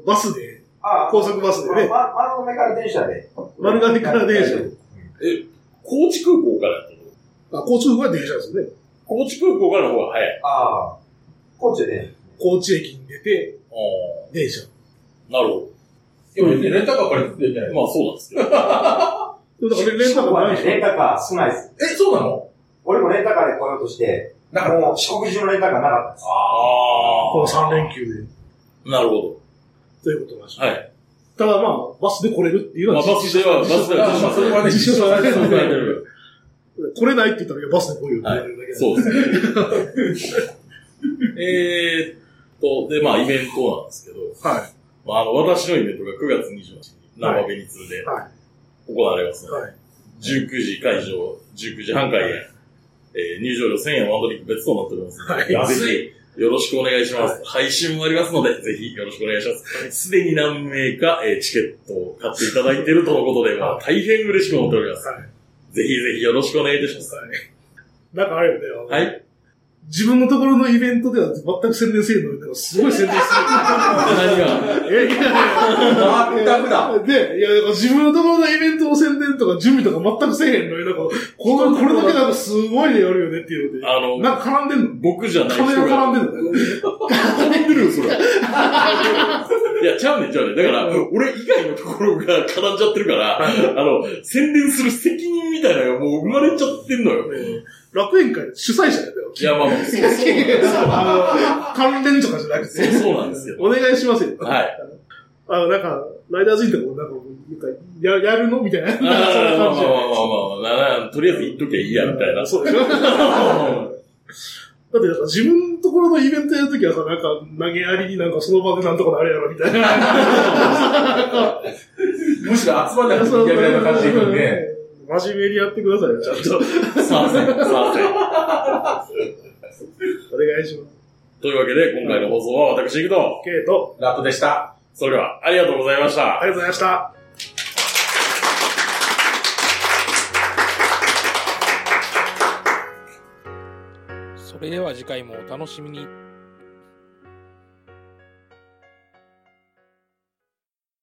Speaker 2: バスで、
Speaker 5: あ
Speaker 2: 高速バスでね、
Speaker 5: ま、丸の目から電車で。
Speaker 2: 丸亀から電車。
Speaker 1: 高知空港からやったの
Speaker 2: あ、高知空港は電車ですよね。
Speaker 1: 高知空港からの方が早い。
Speaker 5: ああ。高知で。
Speaker 2: 高知駅に出て、電車。
Speaker 1: なる ほ
Speaker 3: でも別にレンタカーから行っていけない
Speaker 1: ど。。まあそうなんですけど。
Speaker 2: でもだからレンタカー
Speaker 5: は
Speaker 2: ない
Speaker 5: ね
Speaker 2: でし
Speaker 5: レン
Speaker 2: ょ。
Speaker 5: タカー少ないです。
Speaker 3: え、そうなの
Speaker 5: 俺もレンタカーで来ようとして、
Speaker 3: なんか、
Speaker 5: もう四国中のレンタカーなかったです。
Speaker 2: この
Speaker 1: あ
Speaker 2: 3連休で、
Speaker 1: あ。なるほ
Speaker 2: ということらしい。
Speaker 1: ど。はい。
Speaker 2: ただまあ、バスで来れるっていう
Speaker 1: ま
Speaker 2: の
Speaker 1: あ
Speaker 2: は、
Speaker 1: バスでは、バスでは、
Speaker 3: まあそれはね、
Speaker 2: 自称はね
Speaker 3: 自称はね
Speaker 2: 来れないって言ったら、いや、バスで来いよって言われるだけだ
Speaker 1: そうですね。 えーっと、で、まあイベントなんですけど、
Speaker 2: は
Speaker 1: まあ、あの、私のイベントが9月28日に、
Speaker 2: はい
Speaker 1: 生ベニツで
Speaker 2: は
Speaker 1: 行われます
Speaker 2: い。
Speaker 1: ので、
Speaker 2: はい。
Speaker 1: 19時会場、19時半開演、えー入場料1000円ワンドリンク別となっておりますので、
Speaker 3: はい安
Speaker 1: ぜひよろしくお願いします。配信もありますので、ぜひよろしくお願いします。すでに何名か、えーチケットを買っていただいているとのことで、まあ、大変嬉しく思っております。
Speaker 2: は
Speaker 1: ぜひぜひよろしくお願いいたします。
Speaker 2: なんかあれよね、
Speaker 1: は
Speaker 2: あの
Speaker 1: い。
Speaker 2: 自分のところのイベントでは全く宣伝せえのに、なんかすごい宣伝す
Speaker 1: 何が
Speaker 2: る。 え、いやいやいや。
Speaker 3: 全くだ。
Speaker 2: で、いや、なんか自分のところのイベントの宣伝とか準備とか全くせえへんのに、なんか、この、これだけなんかすごいね、やるよねっていうの
Speaker 1: あ
Speaker 2: で。
Speaker 1: の、
Speaker 2: なんか絡んでんの
Speaker 1: 僕じゃない人
Speaker 2: カメラ
Speaker 1: が。
Speaker 2: 絡んでんの
Speaker 1: 絡んでるよ、それ。 いや、ちゃうねん、ちゃうねん。だから、俺以外のところが絡んじゃってるから、あの、宣伝する責任みたいなのがもう生まれちゃってんのよ。
Speaker 2: 楽園会主催者だよ。
Speaker 1: いや、まあまあ、そうそう
Speaker 2: あの、関連とかじゃなく
Speaker 1: そう
Speaker 2: て、
Speaker 1: そうなんですよ。
Speaker 2: お願いしますよ。
Speaker 1: はい。
Speaker 2: あの、なんか、ライダーズインとかもなんか、なんかや、やるのみたいな。なん
Speaker 1: まあ
Speaker 2: かそん
Speaker 1: まあ
Speaker 2: な感じで
Speaker 1: まあまあまあまあななとりあえず言っときゃいいや、みたいな。
Speaker 2: そうでしょだってなんか自分のところのイベントやるときはさ、なんか投げやりになんかその場でなんとかなるやろみたいな。
Speaker 3: むしろ集まんなくていいやぐらいの感じでいくんで。
Speaker 2: 真面目にやってくださいよ、ちゃんと。
Speaker 1: さあせん、さあせん。
Speaker 2: お願いします。
Speaker 1: というわけで、今回の放送は私行くと。
Speaker 2: ケイト、
Speaker 3: ラットでした。
Speaker 1: それでは、ありがとうございました
Speaker 2: あ。りがとうございました。
Speaker 6: それでは次回もお楽しみに。